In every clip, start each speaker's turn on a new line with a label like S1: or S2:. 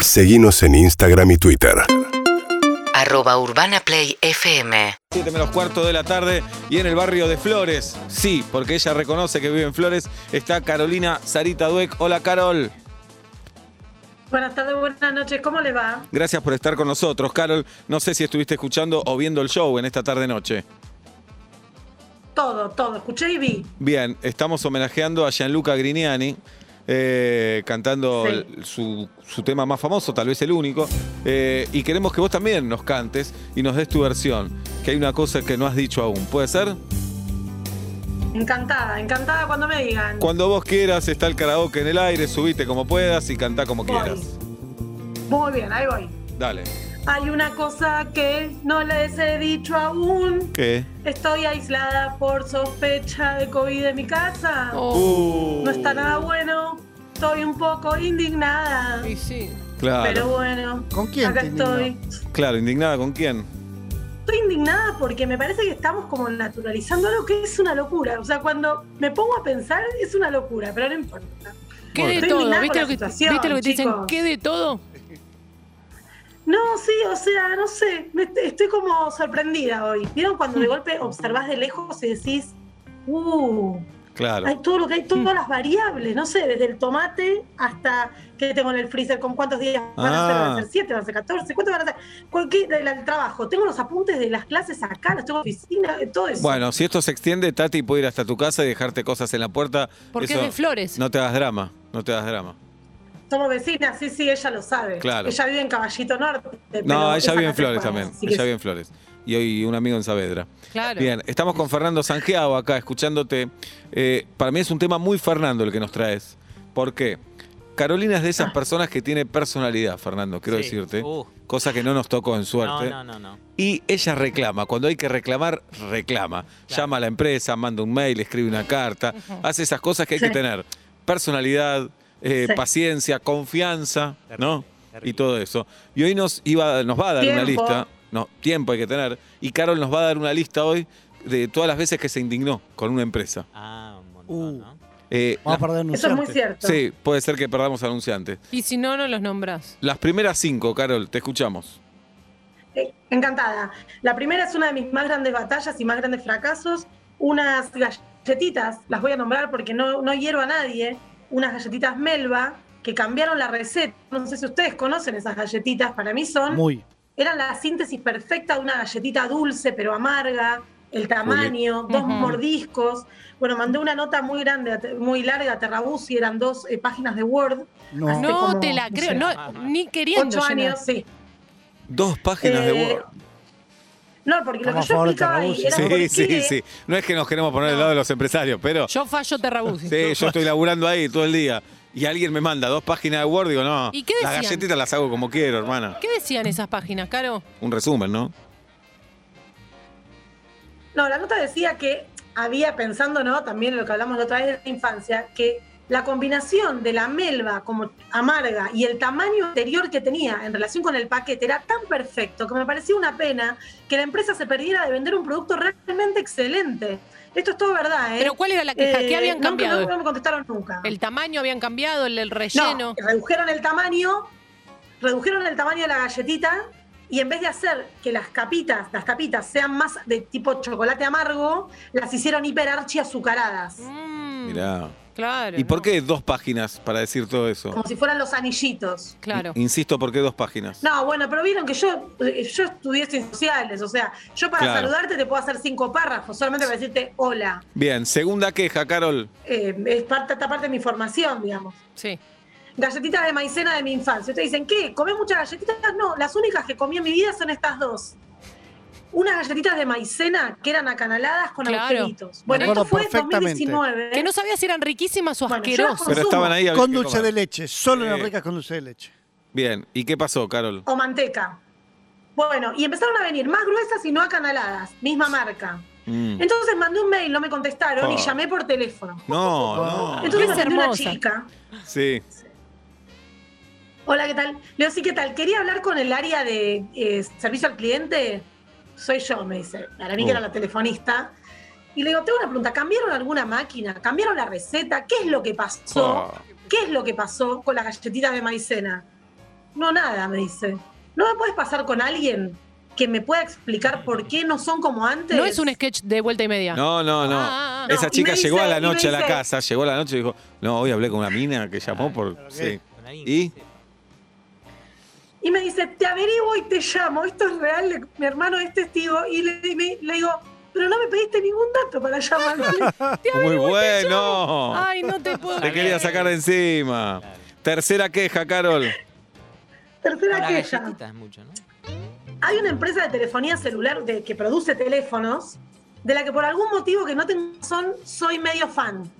S1: Seguimos en Instagram y Twitter.
S2: arroba urbanaplayfm
S3: 7 menos cuarto de la tarde y en el barrio de Flores. Sí, porque ella reconoce que vive en Flores. Está Carolina Sarita Dueck. Hola, Carol.
S4: Buenas tardes, buenas noches, ¿cómo le va?
S3: Gracias por estar con nosotros, Carol. No sé si estuviste escuchando o viendo el show en esta tarde-noche.
S4: Todo, todo, escuché y vi.
S3: Bien, estamos homenajeando a Gianluca Grignani. eh, cantando
S4: Sí.
S3: el- su, su tema más famoso, tal vez el único, eh, y queremos que vos también nos cantes y nos des tu versión, que hay una cosa que no has dicho aún, ¿puede ser?
S4: Encantada, encantada cuando me digan.
S3: Cuando vos quieras, está el karaoke en el aire, subite como puedas y cantá como
S4: Voy.
S3: quieras.
S4: Muy bien, ahí voy.
S3: Dale.
S4: Hay una cosa que no les he dicho aún.
S3: ¿Qué?
S4: Estoy aislada por sospecha de COVID en mi casa.
S5: Oh,
S4: No
S3: Oh.
S4: está nada bueno. Estoy un poco indignada.
S5: Sí, sí.
S3: Claro,
S4: Pero bueno,
S6: ¿Con quién
S4: acá
S6: te indignó?
S4: estoy.
S3: claro, indignada con quién.
S4: Estoy indignada porque me parece que estamos como naturalizando algo que es una locura. O sea, cuando me pongo a pensar es una locura, pero no importa.
S5: ¿Qué
S3: Bueno.
S5: de
S4: Estoy
S5: todo?
S4: indignada
S5: ¿Viste
S4: con
S5: lo que,
S4: la situación,
S5: ¿viste lo que te dicen?
S4: chicos.
S5: ¿Qué de todo?
S4: No, sí, o sea, no sé, me est- estoy como sorprendida hoy. ¿Vieron cuando
S3: Hmm.
S4: de golpe observás de lejos y decís, uh,
S3: Claro. Hmm.
S4: hay todo lo que hay, todas las variables, no sé, desde el tomate hasta que tengo en el freezer, con cuántos días van a ser, van
S3: Ah.
S4: a ser 7, van a ser 14, cuántos van a ser, ¿Con qué- del del trabajo, tengo los apuntes de las clases acá, los tengo en la oficina, eh, todo eso.
S3: Bueno, si esto se extiende, Tati puede ir hasta tu casa y dejarte cosas en la puerta.
S5: Porque
S3: Eso-
S5: es de flores.
S3: No te hagas drama, no te hagas drama.
S4: Somos vecinas, sí, sí, ella lo sabe.
S3: Claro.
S4: Ella vive en Caballito Norte.
S3: No,
S4: pero
S3: ella
S4: esa
S3: vive en
S4: casa
S3: Flores
S4: es buena,
S3: también.
S4: así que
S3: Ella vive en Flores. Y hoy un amigo en Saavedra.
S5: Claro.
S3: Bien, estamos con Fernando Sangeao acá, escuchándote. Eh, para mí es un tema muy Fernando el que nos traes. ¿Por qué? Carolina es de esas personas que tiene personalidad, Fernando, quiero
S7: Sí.
S3: decirte.
S7: Uh,
S3: Cosa que no nos tocó en
S7: no,
S3: suerte.
S7: no, no, no.
S3: Y ella reclama. Cuando hay que reclamar, reclama.
S7: Claro.
S3: Llama a la empresa, manda un mail, escribe una carta. Hace esas cosas que hay que
S4: Sí.
S3: tener. Personalidad, eh,
S4: Sí.
S3: paciencia, confianza,
S7: Terrible,
S3: ¿no?
S7: terrible.
S3: Y todo eso. Y hoy nos, iba, nos va a dar una
S4: Tiempo.
S3: lista. No, tiempo hay que tener. Y Carol nos va a dar una lista hoy de todas las veces que se indignó con una empresa.
S7: Ah, un montón,
S6: Uh.
S7: ¿no?
S3: Eh,
S6: Vamos a perder un
S4: Eso es muy cierto.
S3: sí, puede ser que perdamos anunciantes.
S5: Y si no, no los nombrás.
S3: Las primeras cinco, Carol, te escuchamos.
S4: Eh, Encantada. La primera es una de mis más grandes batallas y más grandes fracasos. Unas galletitas, las voy a nombrar porque no, no hiero a nadie. Unas galletitas Melba que cambiaron la receta. No sé si ustedes conocen esas galletitas, para mí son.
S6: Muy.
S4: Eran la síntesis perfecta de una galletita dulce pero amarga, el tamaño, dos
S5: Ujú.
S4: mordiscos. Bueno, mandé una nota muy grande, a Te- muy larga a Terrabuzzi, eran dos eh, páginas de Word.
S6: No.
S4: Hace
S5: No
S4: Ah, este como,
S5: te la
S4: no
S5: creo.
S4: sé,
S5: No, ni queriendo.
S4: Ocho
S5: llenar.
S4: años, sí.
S3: Dos páginas de
S4: Eh,
S3: Word.
S4: No, porque lo
S6: Estamos
S4: que yo
S6: a favor de
S4: explicaba ahí
S6: Terrabuzzi.
S4: era por
S3: Sí,
S4: qué-
S3: sí, sí. No es que nos queremos poner del lado de los empresarios, pero
S5: Yo fallo Terrabuzzi.
S3: sí, yo estoy laburando ahí todo el día y alguien me manda dos páginas de Word, digo, no,
S5: ¿Y qué
S3: las
S5: decían?
S3: galletitas las hago como quiero, hermana.
S5: ¿Qué decían esas páginas, Caro?
S4: Eh,
S3: Un resumen, ¿no?
S4: No, la nota decía que había, pensando, ¿no? También lo que hablamos la otra vez de la infancia, que la combinación de la melva como amarga y el tamaño anterior que tenía en relación con el paquete era tan perfecto que me parecía una pena que la empresa se perdiera de vender un producto realmente excelente. Esto es todo verdad, ¿eh?
S5: ¿Pero cuál era la queja? ¿Qué
S4: Eh,
S5: habían
S4: no, No,
S5: cambiado?
S4: no me contestaron nunca.
S5: ¿El tamaño habían cambiado? ¿El, el relleno?
S4: No, redujeron el tamaño, redujeron el tamaño de la galletita y en vez de hacer que las capitas, las capitas sean más de tipo chocolate amargo, las hicieron hiperarchi azucaradas,
S5: Mm,
S3: Mirá.
S5: Claro.
S3: ¿Y por
S5: no.
S3: qué dos páginas para decir todo eso?
S4: como si fueran los anillitos.
S5: Claro.
S3: Insisto, ¿por qué dos páginas?
S4: No, bueno, pero vieron que yo, eh, yo estudié ciencias sociales, o sea, yo para
S3: Claro.
S4: saludarte te puedo hacer cinco párrafos, solamente para decirte hola.
S3: Bien, segunda queja, Carol.
S4: Eh, es parte, esta parte de mi formación, digamos.
S5: Sí.
S4: Galletitas de maicena de mi infancia. Ustedes dicen, ¿qué? ¿Comés muchas galletitas? No, las únicas que comí en mi vida son estas dos. Unas galletitas de maicena que eran acanaladas con
S5: Claro.
S4: agujeritos. Bueno,
S6: Me acuerdo
S4: esto fue en
S6: perfectamente.
S4: 2019.
S5: Que no sabía si eran riquísimas o
S4: Bueno, yo
S5: asquerosas.
S3: Pero
S4: Consumo.
S3: estaban ahí. había
S6: Con
S3: que
S6: dulce
S3: comer.
S6: de leche. Solo
S3: Eh.
S6: las ricas con dulce de leche.
S3: Bien, ¿y qué pasó, Carol?
S4: O manteca. Bueno, y empezaron a venir más gruesas y no acanaladas, misma marca.
S3: Mm.
S4: Entonces mandé un mail, no me contestaron
S3: Oh.
S4: y llamé por teléfono.
S3: No, no.
S4: Entonces
S5: Es
S4: me mandé una
S5: Ah. hermosa.
S4: chica.
S3: Sí.
S4: Hola, ¿qué tal? Leo, sí, ¿qué tal? Quería hablar con el área de eh, servicio al cliente. Soy yo, me dice. Para mí
S3: Oh.
S4: que era la telefonista. Y le digo, tengo una pregunta, ¿cambiaron alguna máquina? ¿Cambiaron la receta? ¿Qué es lo que pasó?
S3: Oh.
S4: ¿Qué es lo que pasó con las galletitas de maicena? No, nada, me dice. ¿No me puedes pasar con alguien que me pueda explicar por qué no son como antes?
S5: No es un sketch de vuelta y media.
S3: No, no, no.
S5: Ah, ah, ah.
S3: Esa
S4: No, y
S3: chica
S4: me
S3: llegó a
S4: dice-
S3: la
S4: y me
S3: noche a la
S4: dice-
S3: casa, llegó a la noche y dijo, no, hoy hablé con una mina que llamó por... Sí. ¿Y?
S4: Y me dice, te averiguo y te llamo, esto es real, le- mi hermano es testigo, y le, y me- le digo, pero no me pediste ningún dato para llamarme.
S3: Muy bueno.
S5: Ay, no te puedo.
S3: Te quería sacar de encima. Tercera queja, Carol.
S4: Tercera
S6: Una
S4: queja.
S6: galletita es mucho, ¿no?
S4: Hay una empresa de telefonía celular de- que produce teléfonos, de la que por algún motivo que no tengo son, soy medio fan.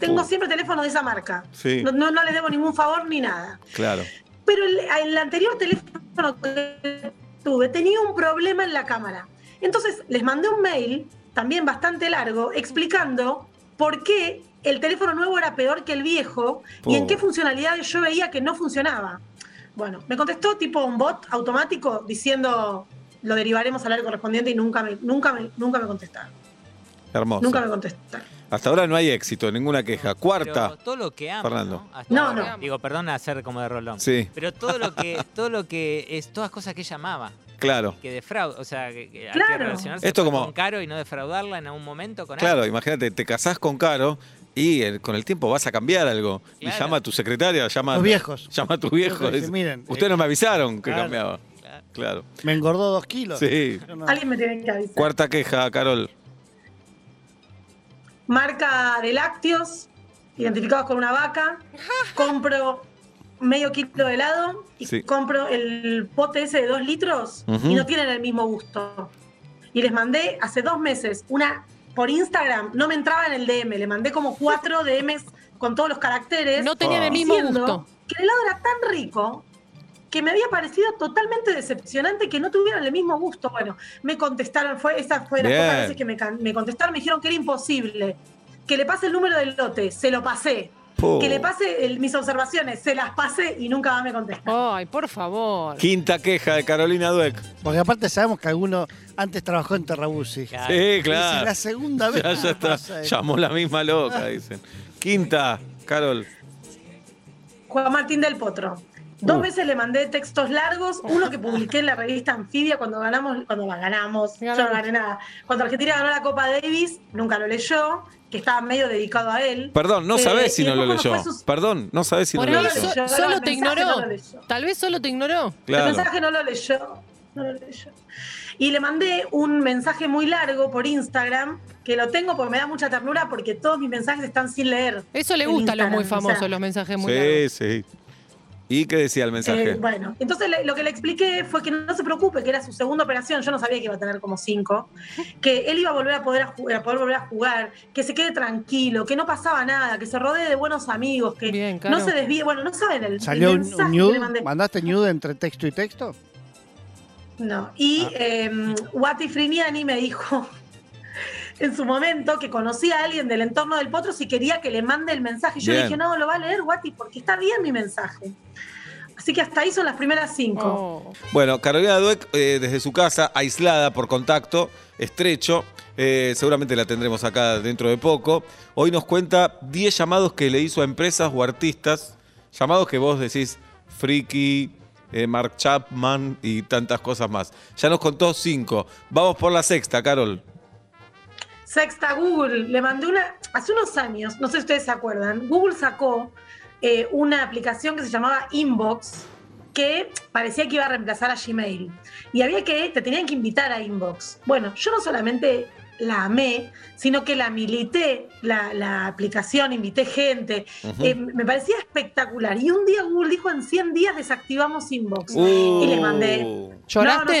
S4: Tengo
S3: Uh.
S4: siempre teléfonos de esa marca.
S3: Sí.
S4: No, no, no les debo ningún favor ni nada.
S3: Claro.
S4: Pero el, el anterior teléfono que tuve tenía un problema en la cámara. Entonces les mandé un mail, también bastante largo, explicando por qué el teléfono nuevo era peor que el viejo y en
S3: Oh.
S4: qué funcionalidades yo veía que no funcionaba. Bueno, me contestó tipo un bot automático diciendo lo derivaremos al área correspondiente y nunca me, nunca me, nunca me contestaron.
S3: Hermoso.
S4: Nunca me contestaron.
S3: Hasta ahora no hay éxito, ninguna queja. Cuarta.
S6: Pero todo lo que amo,
S3: Fernando.
S6: ¿no? Hasta
S4: No,
S6: ahora.
S5: no.
S6: Digo, perdón hacer como de rolón.
S3: Sí,
S6: Pero todo lo que, todo lo que es, todas cosas que ella amaba,
S3: claro.
S6: que defrauda, o sea, que, que hay que
S4: Claro.
S6: relacionarse
S3: Esto
S6: con
S3: como-
S6: Caro y no defraudarla en algún momento con
S3: Claro, imagínate, te casás con Caro y el- con el tiempo vas a cambiar algo. Y
S6: Claro.
S3: llama a tu secretaria, llama,
S7: Los viejos.
S3: llama a tu viejo.
S7: Los viejos,
S3: dice,
S7: miren, eh,
S3: Ustedes no me avisaron que
S7: claro.
S3: cambiaba.
S6: alguien. Claro.
S3: Claro.
S7: Me engordó dos kilos.
S3: Sí.
S7: Yo no-
S4: Alguien me tiene que avisar.
S3: Cuarta queja, Carol.
S4: marca de lácteos, identificados con una vaca, compro medio kilo de helado y
S3: Sí.
S4: compro el pote ese de dos litros
S3: Ujú.
S4: y no tienen el mismo gusto. Y les mandé hace dos meses una por Instagram, no me entraba en el DM, le mandé como cuatro DMs con todos los caracteres.
S5: No tenían
S3: Ah.
S5: el mismo
S4: diciendo
S5: gusto.
S4: Que el helado era tan rico que me había parecido totalmente decepcionante que no tuvieran el mismo gusto. Bueno, me contestaron, fue, esa fue la
S3: Bien.
S4: cosa a veces que me, can- me contestaron, me dijeron que era imposible. Que le pase el número del lote, se lo pasé.
S3: Puh.
S4: Que le pase el- mis observaciones, se las pasé y nunca más me contestaron.
S5: Ay, por favor.
S3: Quinta queja de Carolina Dueck.
S7: Porque aparte sabemos que alguno antes trabajó en Terrabusi.
S6: Claro.
S3: Sí,
S7: Es la
S3: claro.
S7: segunda vez.
S3: Ya,
S7: que
S3: ya
S7: pasa
S3: está.
S7: esto.
S3: Llamó la misma loca, dicen. Quinta, Carol.
S4: Juan Martín del Potro.
S3: Uh.
S4: Dos veces le mandé textos largos, uno que publiqué en la revista Anfibia cuando ganamos, cuando ganamos, yo no gané nada. Cuando Argentina ganó la Copa Davis, nunca lo leyó, que estaba medio dedicado a él.
S3: Perdón, no
S4: Eh,
S3: sabés si
S4: y
S3: no lo
S4: después
S3: leyó.
S4: cuando fue su-
S3: Perdón, no sabés si no
S5: Por
S3: lo
S5: ahí
S4: leyó.
S5: so-
S3: leyó.
S4: Yo los
S5: solo te
S4: mensajes
S5: ignoró.
S4: no lo leyó.
S5: Tal vez solo te ignoró.
S4: El
S3: Claro.
S4: mensaje no lo leyó. No lo leyó. Y le mandé un mensaje muy largo por Instagram, que lo tengo porque me da mucha ternura porque todos mis mensajes están sin leer.
S5: Eso le
S4: en
S5: gusta a los
S4: Instagram,
S5: muy
S4: o sea,
S5: famosos, los mensajes muy
S3: Sí,
S5: largos.
S3: sí. ¿Y qué decía el mensaje?
S4: Eh, bueno, entonces le- lo que le expliqué fue que no se preocupe, que era su segunda operación, yo no sabía que iba a tener como cinco, que él iba a volver a poder, a ju- a poder volver a jugar, que se quede tranquilo, que no pasaba nada, que se rodee de buenos amigos, que
S5: Bien, claro.
S4: no se desvíe, bueno, no saben el, el
S7: ¿Salió un,
S4: mensaje
S7: un
S4: que
S7: nude?
S4: le mandé.
S7: ¿Mandaste nude entre texto y texto?
S4: No. Y
S7: Ah.
S4: eh, Wati Friniani me dijo en su momento que conocía a alguien del entorno del potro si quería que le mande el mensaje. Yo
S3: Bien.
S4: le dije, no, lo va a leer Wati porque está bien mi mensaje. Así que hasta ahí son las primeras cinco.
S5: Oh.
S3: Bueno, Carolina Dueck, eh, desde su casa, aislada por contacto estrecho, eh, seguramente la tendremos acá dentro de poco. Hoy nos cuenta 10 llamados que le hizo a empresas o artistas, llamados que vos decís Friki, eh, Mark Chapman y tantas cosas más. Ya nos contó 5. Vamos por la sexta, Carol.
S4: Sexta, Google. Le mandé una. Hace unos años, no sé si ustedes se acuerdan, Google sacó eh, una aplicación que se llamaba Inbox que parecía que iba a reemplazar a Gmail. Y había que, te tenían que invitar a Inbox. Bueno, yo no solamente la amé, sino que la milité, la, la aplicación, invité gente.
S3: Ujú.
S4: Eh, me parecía espectacular. Y un día Google dijo, en 100 días desactivamos Inbox. Y
S3: Uh.
S4: le mandé.
S5: ¿Lloraste?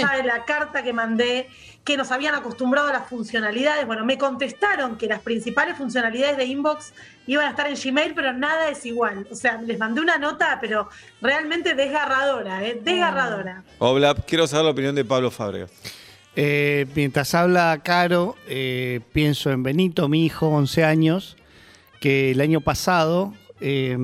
S4: No, no sabe la carta que mandé, que nos habían acostumbrado a las funcionalidades. Bueno, me contestaron que las principales funcionalidades de Inbox iban a estar en Gmail, pero nada es igual. O sea, les mandé una nota, pero realmente desgarradora,
S7: Mm.
S4: ¿eh? Desgarradora.
S3: Hola, quiero saber la opinión de Pablo Fábregas.
S7: Eh, mientras habla Caro, eh, pienso en Benito, mi hijo, 11 años, que el año pasado eh,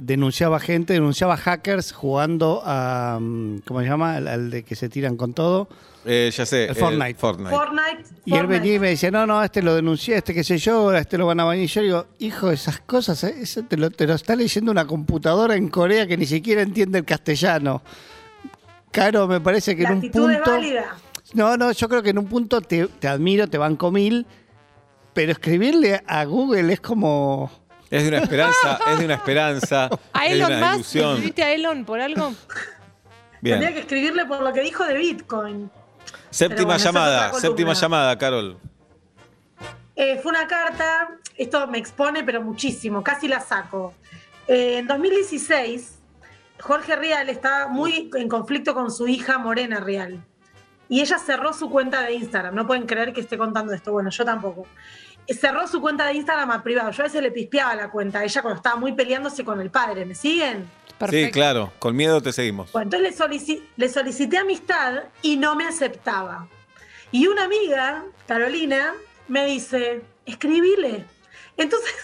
S7: denunciaba gente, denunciaba hackers jugando a, mm, ¿cómo se llama? Al, al de que se tiran con todo.
S3: Eh, ya sé.
S7: El Fortnite.
S3: Fortnite.
S4: Fortnite.
S7: Y él
S4: Fortnite.
S7: venía y me decía, no, no, este lo denuncié, este qué sé yo, a este lo van a bañar. Y yo digo, hijo, esas cosas, eh, eso te, lo, te lo está leyendo una computadora en Corea que ni siquiera entiende el castellano. Caro, me parece que
S4: La
S7: en un
S4: actitud es
S7: punto...
S4: válida.
S7: No, no, yo creo que en un punto te, te admiro, te banco mil, pero escribirle a Google es como...
S3: Es de una esperanza, es de una esperanza.
S5: ¿A
S3: es de
S5: Elon
S3: una
S5: más?
S3: ilusión.
S5: ¿Viste a Elon por algo?
S4: Tendría
S3: Bien.
S4: que escribirle por lo que dijo de Bitcoin.
S3: Séptima
S4: bueno, esa es otra
S3: llamada,
S4: columna.
S3: séptima llamada, Carol.
S4: Eh, fue una carta, esto me expone, pero muchísimo, casi la saco. Eh, en 2016, Jorge Rial estaba muy en conflicto con su hija Morena Rial. Y ella cerró su cuenta de Instagram. No pueden creer que esté contando esto. Bueno, yo tampoco. Eh, Cerró su cuenta de Instagram a privado. Yo a veces le pispeaba la cuenta. a Ella cuando estaba muy peleándose con el padre. ¿Me siguen?
S5: Perfecto.
S3: Sí, claro, con miedo te seguimos.
S4: Bueno, entonces le, solici- le solicité amistad y no me aceptaba. Y una amiga, Carolina, me dice, escribile. Entonces,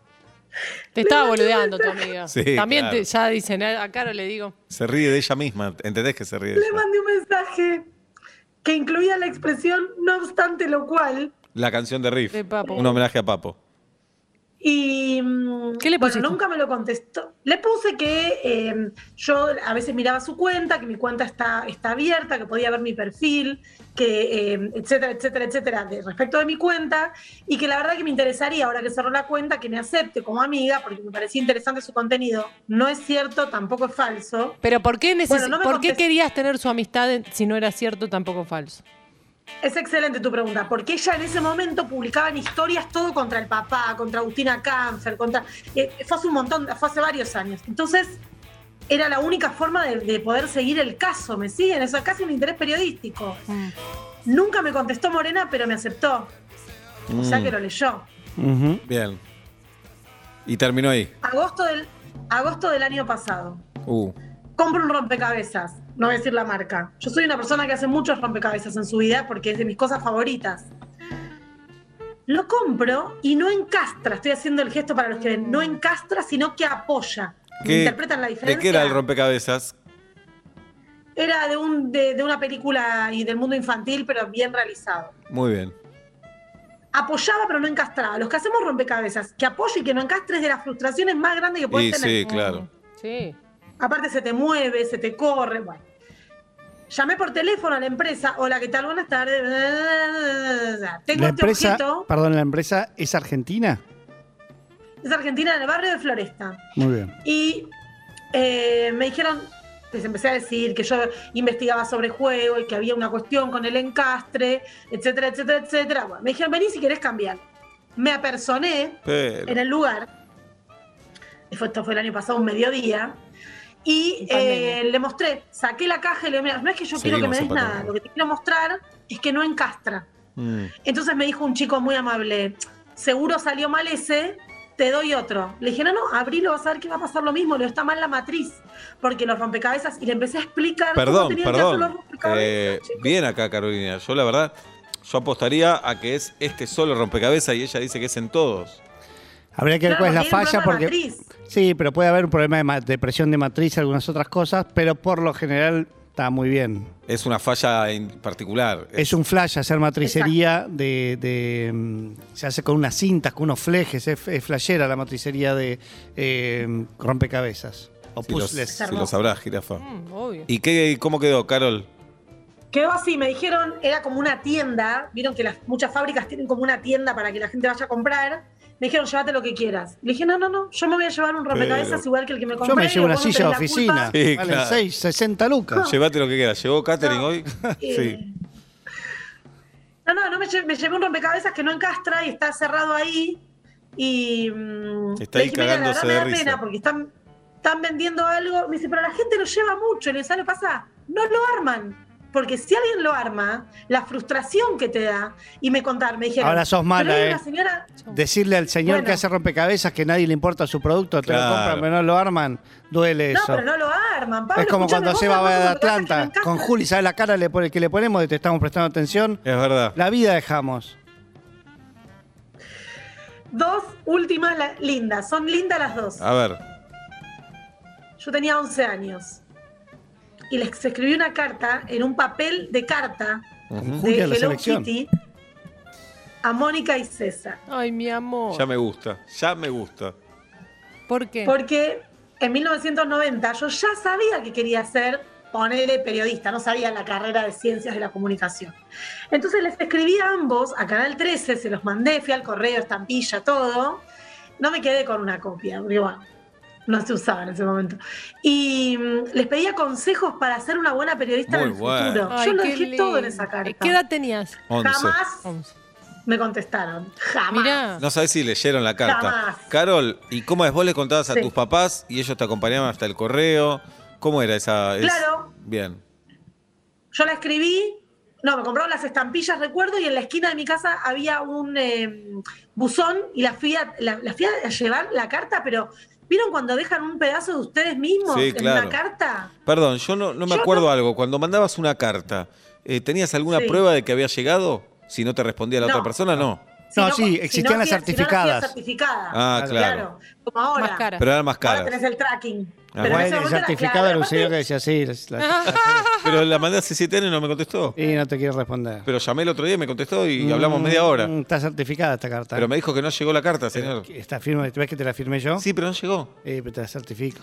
S5: Te estaba boludeando tu amiga.
S3: Sí,
S5: También te-
S3: claro.
S5: ya dicen, eh, a Caro le digo.
S3: Se ríe de ella misma, ¿entendés que se ríe de
S4: le
S3: ella?
S4: mandé un mensaje que incluía la expresión no obstante lo cual.
S3: La canción de Riff.
S5: De Papo.
S3: Un homenaje a Papo.
S4: Y mm,
S5: ¿Qué le
S4: bueno,
S5: pusiste?
S4: nunca me lo contestó. Le puse que eh, yo a veces miraba su cuenta, que mi cuenta está, está abierta, que podía ver mi perfil, que eh, etcétera, etcétera, etcétera, de- respecto de mi cuenta, y que la verdad que me interesaría, ahora que cerró la cuenta, que me acepte como amiga, porque me parecía interesante su contenido. No es cierto, tampoco es falso.
S5: Pero ¿por qué, neces-
S4: Bueno, no me
S5: ¿por qué
S4: contest-
S5: querías tener su amistad en- si no era cierto tampoco falso?
S4: Es excelente tu pregunta, porque ella en ese momento publicaban historias todo contra el papá, contra Agustina Cáncer, contra. eh, fue hace un montón, fue hace varios años. Entonces, era la única forma de, de poder seguir el caso, ¿me siguen? Eso casi un interés periodístico. Nunca me contestó Morena, pero me aceptó. O sea
S3: Mm,
S4: que lo leyó.
S3: Bien. Y terminó ahí.
S4: Agosto del, agosto del año pasado.
S3: Uh.
S4: compro un rompecabezas, no voy a decir la marca. Yo soy una persona que hace muchos rompecabezas en su vida porque es de mis cosas favoritas. Lo compro y no encastra, estoy haciendo el gesto para los que ven, no encastra, sino que apoya.
S3: ¿Qué-
S4: ¿Interpretan la diferencia?
S3: ¿De qué era el rompecabezas?
S4: Era de, un, de, de una película y del mundo infantil, pero bien realizado.
S3: Muy bien.
S4: Apoyaba pero no encastraba. Los que hacemos rompecabezas, que apoye y que no encastre es de las frustraciones más grandes que puedes
S3: Y
S4: tener.
S3: sí, claro.
S5: Sí.
S4: Aparte se te mueve, se te corre, bueno. Llamé por teléfono a la empresa, hola, ¿qué tal? Buenas tardes. Tengo
S7: la
S4: este
S7: empresa,
S4: objeto,
S7: perdón, la empresa es argentina.
S4: es argentina en el barrio de Floresta.
S7: Muy bien.
S4: Y eh, me dijeron, les empecé a decir que yo investigaba sobre juego y que había una cuestión con el encastre, etcétera, etcétera, etcétera. Bueno, me dijeron, vení si querés cambiar. Me apersoné, en
S3: Pero.
S4: el lugar. Fue- Esto fue el año pasado, un mediodía. Y
S5: En pandemia.
S4: eh, le mostré, saqué la caja y le digo, mira, no es que yo quiero que
S3: Seguimos
S4: me
S3: en
S4: des nada,
S3: pandemia.
S4: lo que te quiero mostrar es que no encastra.
S3: Mm,
S4: Entonces me dijo un chico muy amable, seguro salió mal ese, te doy otro. Le dije, no, no, abrilo, vas a ver que va a pasar lo mismo, le está mal la matriz, porque los rompecabezas, y le empecé a explicar cómo
S3: Perdón,
S4: tenían que hacer los
S3: perdón.
S4: rompecabezas,
S3: Eh,
S4: chicos.
S3: bien acá, Carolina. Yo, la verdad, yo apostaría a que es este solo rompecabezas y ella dice que es en todos.
S7: Habría que ver
S4: Claro,
S7: cuál es la
S4: tiene un
S7: falla
S4: problema
S7: porque...
S4: de matriz.
S7: Sí, pero puede haber un problema de ma- de presión de matriz, algunas otras cosas, pero por lo general está muy bien.
S3: Es una falla en particular.
S7: Es un flash hacer matricería de, de, mm, Se hace con unas cintas, con unos flejes. Es, es flashera la matricería de eh, rompecabezas o
S3: Si lo-
S7: puzzles.
S3: si lo sabrás, jirafa.
S5: Mm, obvio.
S3: ¿Y qué, cómo quedó, Carol?
S4: Quedó así, me dijeron, era como una tienda, vieron que las, muchas fábricas tienen como una tienda para que la gente vaya a comprar. Me dijeron, llévate lo que quieras. Le dije, no, no, no, yo me voy a llevar un rompecabezas
S3: Pero-
S4: igual que el que me compré.
S7: Yo me llevo
S4: y
S7: una
S4: vos no
S7: silla de
S4: tenés la
S7: oficina.
S4: culpa.
S3: Sí,
S7: valen
S3: claro.
S7: 6, 60 lucas.
S3: Llévate lo que quieras. ¿Llegó catering
S4: Ah. No.
S3: hoy? sí.
S4: Eh, No, no, no, me, lle- me llevé un rompecabezas que no encastra y está cerrado ahí. Y. mm,
S3: Está
S4: le
S3: ahí
S4: dije, "Mira, la
S3: cagándose
S4: verdad me
S3: de
S4: da
S3: risa".
S4: pena porque están, están vendiendo algo. Me dice, pero la gente lo lleva mucho. Y le sale pasa, no lo arman. Porque si alguien lo arma, la frustración que te da. Y me contar, me dijeron.
S7: Ahora sos mala,
S4: "Pero hay
S7: eh".
S4: una señora.
S7: Decirle al señor
S4: Bueno.
S7: que hace rompecabezas que nadie le importa su producto, te
S3: Claro.
S7: lo compran, pero no lo arman, duele
S4: No,
S7: eso.
S4: pero no lo arman. Pablo,
S7: es como
S4: escuchame,
S7: cuando
S4: vos
S7: se va
S4: armás un
S7: a
S4: rompecabezas que no
S7: Atlanta
S4: encastra.
S7: con Juli, ¿sabes la cara le pone- que le ponemos de te estamos prestando atención?
S3: Es verdad.
S7: La vida dejamos.
S4: dos últimas la- lindas. Son lindas las dos.
S3: A ver.
S4: Yo tenía 11 años. Y les escribí una carta en un papel de carta
S7: Con
S3: Ujú.
S7: Julia
S4: de
S7: en la
S4: Hello
S7: selección.
S4: Kitty a Mónica y César.
S5: Ay, mi amor.
S3: Ya me gusta, ya me gusta.
S5: ¿Por qué?
S4: Porque en 1990 yo ya sabía que quería ser, ponerle periodista, no sabía la carrera de ciencias de la comunicación. Entonces les escribí a ambos, a Canal 13, se los mandé, fui al correo, estampilla, todo. No me quedé con una copia, porque bueno, no se usaba en ese momento. Y mm, les pedía consejos para ser una buena periodista
S3: Muy
S4: en el
S3: bueno.
S4: futuro.
S5: Ay,
S4: yo lo
S5: qué
S4: dejé todo en
S5: lindo.
S4: esa carta.
S5: ¿Qué edad tenías?
S3: 11.
S4: Jamás
S5: Once.
S4: me contestaron. Jamás.
S5: Mirá.
S3: No sabes si leyeron la carta.
S4: Jamás.
S3: Carol, ¿y cómo es? ¿Vos le contabas a
S4: Sí.
S3: tus papás y ellos te acompañaban hasta el correo? ¿Cómo era esa? es-
S4: Claro.
S3: Bien.
S4: Yo la escribí, no, me compraron las estampillas, recuerdo, y en la esquina de mi casa había un eh, buzón y la fui, a, la, la fui a llevar la carta, pero ¿vieron cuando dejan un pedazo de ustedes mismos
S3: Sí,
S4: en
S3: claro.
S4: una carta?
S3: Perdón, yo no, no me
S4: Yo
S3: acuerdo algo. Cuando mandabas una carta, eh, ¿tenías alguna
S4: Sí.
S3: prueba de que había llegado? Si no te respondía la
S4: No.
S3: otra persona, no.
S4: Si
S7: No, sí,
S4: si
S7: existían las
S4: si no, Si
S7: certificadas.
S4: no, certificadas.
S3: Ah, claro.
S4: Como ahora.
S5: Más cara.
S3: Pero eran más
S4: Ahora
S3: caras.
S4: tenés el tracking.
S3: Ah,
S4: en
S3: bueno,
S4: ese
S7: el
S4: momento era-
S7: certificado
S4: claro,
S7: era un
S4: aparte-
S7: señor que decía así. las- las-
S3: Pero la mandé hace siete años y no me contestó.
S7: y no te quiere responder.
S3: Pero llamé el otro día y me contestó y hablamos media hora.
S7: Mm, Está certificada esta carta. ¿eh?
S3: Pero me dijo que no llegó la carta, señor.
S7: Está firme, ¿ves que te la firmé yo?
S3: Sí, pero no llegó.
S7: Eh, pero te la certifico.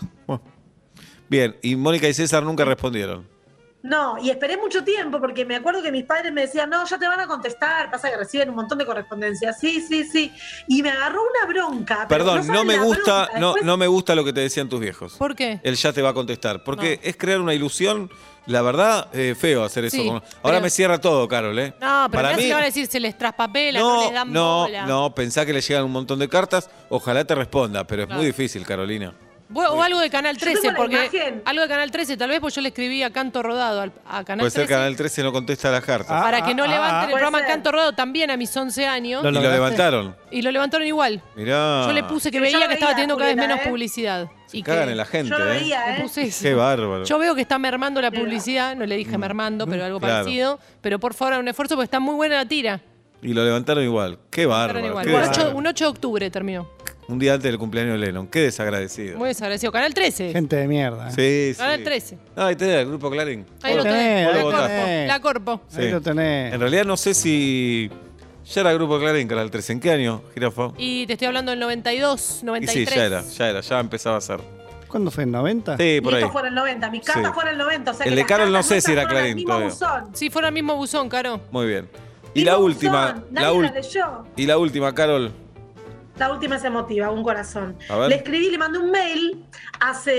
S3: Bien, y Mónica y César nunca respondieron.
S4: No, y esperé mucho tiempo porque me acuerdo que mis padres me decían, no, ya te van a contestar, pasa que reciben un montón de correspondencia. Sí, sí, sí. Y me agarró una bronca. pero
S3: Perdón, no,
S4: saben
S3: me
S4: la
S3: gusta,
S4: bronca.
S3: no,
S4: Después-
S3: no me gusta lo que te decían tus viejos.
S5: ¿Por qué?
S3: Él ya te va a contestar. Porque
S5: No.
S3: es crear una ilusión, la verdad, eh, feo hacer eso.
S5: Sí,
S3: Como- Ahora
S5: pero-
S3: me cierra todo, Carol, ¿eh?
S5: No, pero
S3: Para
S5: casi
S3: mí,
S5: ahora decir se les traspapela, no, les
S3: no,
S5: dan
S3: no,
S5: bola.
S3: no, pensá que le llegan un montón de cartas, ojalá te responda, pero es
S5: Claro.
S3: muy difícil, Carolina.
S5: Bueno, O algo de Canal
S4: Yo tengo
S5: 13,
S4: la
S5: porque
S4: imagen.
S5: algo de Canal 13, tal vez porque yo le escribí a Canto Rodado al- a Canal
S3: Puede
S5: 13.
S3: ser que Canal 13 no contesta las cartas.
S7: Ah,
S5: Para que no
S7: ah, ah,
S5: levanten el
S4: Puede
S5: programa
S4: ser.
S5: Canto Rodado también a mis 11 años.
S7: ¿Lo
S3: y lo
S7: lograste?
S3: levantaron.
S5: Y lo levantaron igual.
S3: Mirá.
S5: Yo le puse que
S4: Sí, yo
S5: veía que
S4: veía,
S5: estaba teniendo cada vez
S4: Julieta,
S5: menos
S4: ¿eh?
S5: publicidad.
S3: Se
S5: y
S3: cagan
S5: que
S3: en la gente,
S4: Yo lo
S3: ¿eh?
S4: veía,
S5: le
S4: ¿eh?
S5: puse eso.
S3: Qué bárbaro.
S5: Yo veo que está mermando la publicidad, no le dije mermando, pero algo
S3: Claro.
S5: parecido. Pero por favor, hagan un esfuerzo porque está muy buena la tira.
S3: Y lo levantaron igual. Qué bárbaro.
S5: Estaron igual.
S3: qué
S5: Un
S7: bárbaro.
S5: ocho-
S3: desagradecido.
S5: un 8 de octubre terminó.
S3: Un día antes del cumpleaños de Lennon. Qué desagradecido.
S5: Muy desagradecido. Canal 13.
S7: Gente de mierda. eh.
S3: Sí, sí.
S5: Canal 13.
S3: No, ahí tenés el grupo Clarín.
S5: Ahí lo
S7: Vos lo
S5: tenés.
S7: tenés,
S5: La
S3: vos lo
S5: corpo.
S7: votaste.
S5: La corpo.
S3: Sí.
S7: Ahí lo tenés.
S3: En realidad no sé si. Ya era grupo Clarín, Canal 13. ¿En qué año, Girafa?
S5: Y te estoy hablando del 92,
S3: Y
S5: 93.
S3: sí, ya era, ya era, ya empezaba a ser.
S7: ¿Cuándo fue? ¿En 90?
S3: Sí,
S4: Mis
S3: por ahí.
S4: hijos fueron 90, mis cartas
S3: Sí.
S4: fueron 90. O
S3: El
S4: sea que
S3: de
S4: las
S3: Carol no
S4: cartas
S3: sé
S4: nuestras
S3: si era
S4: fueron al
S3: Clarín
S4: mismo
S3: todavía.
S4: buzón.
S5: Sí, fuera el mismo buzón, Caro.
S3: Muy bien. Y
S4: Mismo
S3: la
S4: buzón,
S3: última,
S4: nadie
S3: la, ul-
S4: leyó.
S3: y la última, Carol.
S4: La última es emotiva, un corazón.
S3: A ver.
S4: Le escribí, le mandé un mail hace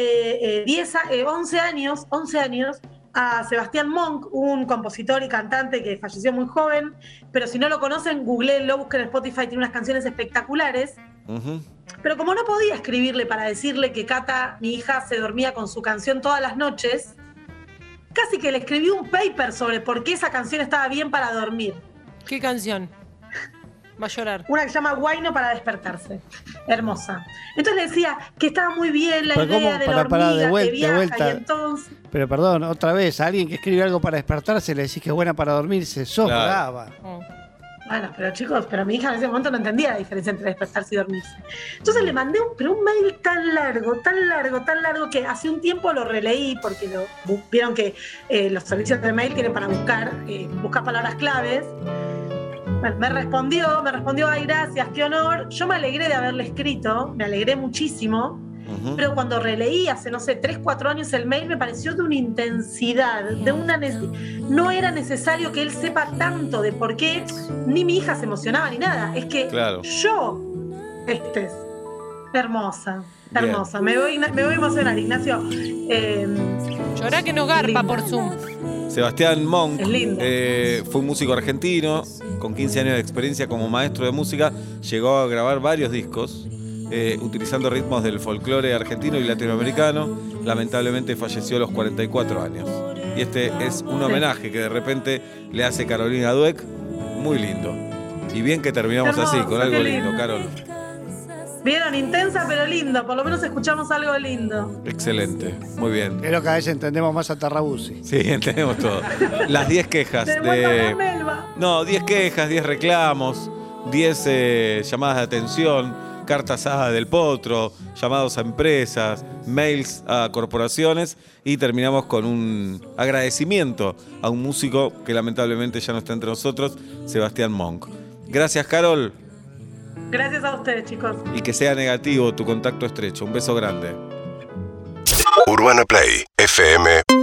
S4: eh, 10, a- eh, 11 años, 11 años, a Sebastián Monk, un compositor y cantante que falleció muy joven, pero si no lo conocen, googleenlo, busquen en Spotify, tiene unas canciones espectaculares.
S3: Ujú.
S4: Pero como no podía escribirle para decirle que Cata, mi hija, se dormía con su canción todas las noches, casi que le escribí un paper sobre por qué esa canción estaba bien para dormir.
S5: ¿Qué canción? Va a llorar.
S4: Una que se llama Guayno para despertarse. Hermosa. Entonces le decía que estaba muy bien la
S7: Pero
S4: idea
S7: ¿cómo?
S4: de la
S7: Pará, pará, de
S4: hormiga
S7: vuelta,
S4: que viaja
S7: vuelta.
S4: y entonces...
S7: Pero perdón, otra vez, a alguien que escribe algo para despertarse le decís que es buena para dormirse, sos
S3: Claro.
S7: brava.
S5: Oh.
S4: Bueno, pero chicos, pero mi hija en ese momento no entendía la diferencia entre despertarse y dormirse. Entonces le mandé un, pero un mail tan largo, tan largo, tan largo que hace un tiempo lo releí porque lo, bu- vieron que eh, los servicios de mail tienen para buscar, eh, buscar palabras claves. Bueno, me respondió, me respondió, ay, gracias, qué honor. Yo me alegré de haberle escrito, me alegré muchísimo.
S3: Ujú.
S4: Pero cuando releí hace, no sé, 3, 4 años el mail, me pareció de una intensidad, de una nece- no era necesario que él sepa tanto de por qué ni mi hija se emocionaba ni nada. Es que
S3: Claro.
S4: yo, este es hermosa,
S3: Bien.
S4: hermosa. Me voy, me voy a emocionar, Ignacio. Eh,
S5: Llorá que no garpa por Zoom.
S3: Sebastián Monk
S4: Es lindo.
S3: eh, fue un músico argentino con 15 años de experiencia como maestro de música. Llegó a grabar varios discos eh, utilizando ritmos del folclore argentino y latinoamericano. Lamentablemente falleció a los 44 años. Y este es un homenaje que de repente le hace Carolina Dueck. Muy lindo. Y bien que terminamos
S4: Hermoso,
S3: así, con
S4: qué
S3: algo lindo,
S4: lindo.
S3: Carol.
S4: Vieron, intensa pero lindo. Por lo menos escuchamos algo lindo.
S3: Excelente. Muy bien.
S7: Creo que cada vez entendemos más a Tarrabusi.
S3: Sí, entendemos todo. Las 10 quejas Este,
S4: De vuelta a la
S3: de...
S4: melva.
S3: No, 10 quejas, 10 reclamos, 10 eh, llamadas de atención, cartas A del potro, llamados a empresas, mails a corporaciones y terminamos con un agradecimiento a un músico que lamentablemente ya no está entre nosotros, Sebastián Monk. Gracias, Carol,
S4: Gracias a ustedes, chicos.
S3: y que sea negativo tu contacto estrecho. Un beso grande.
S1: Urbana Play fm.com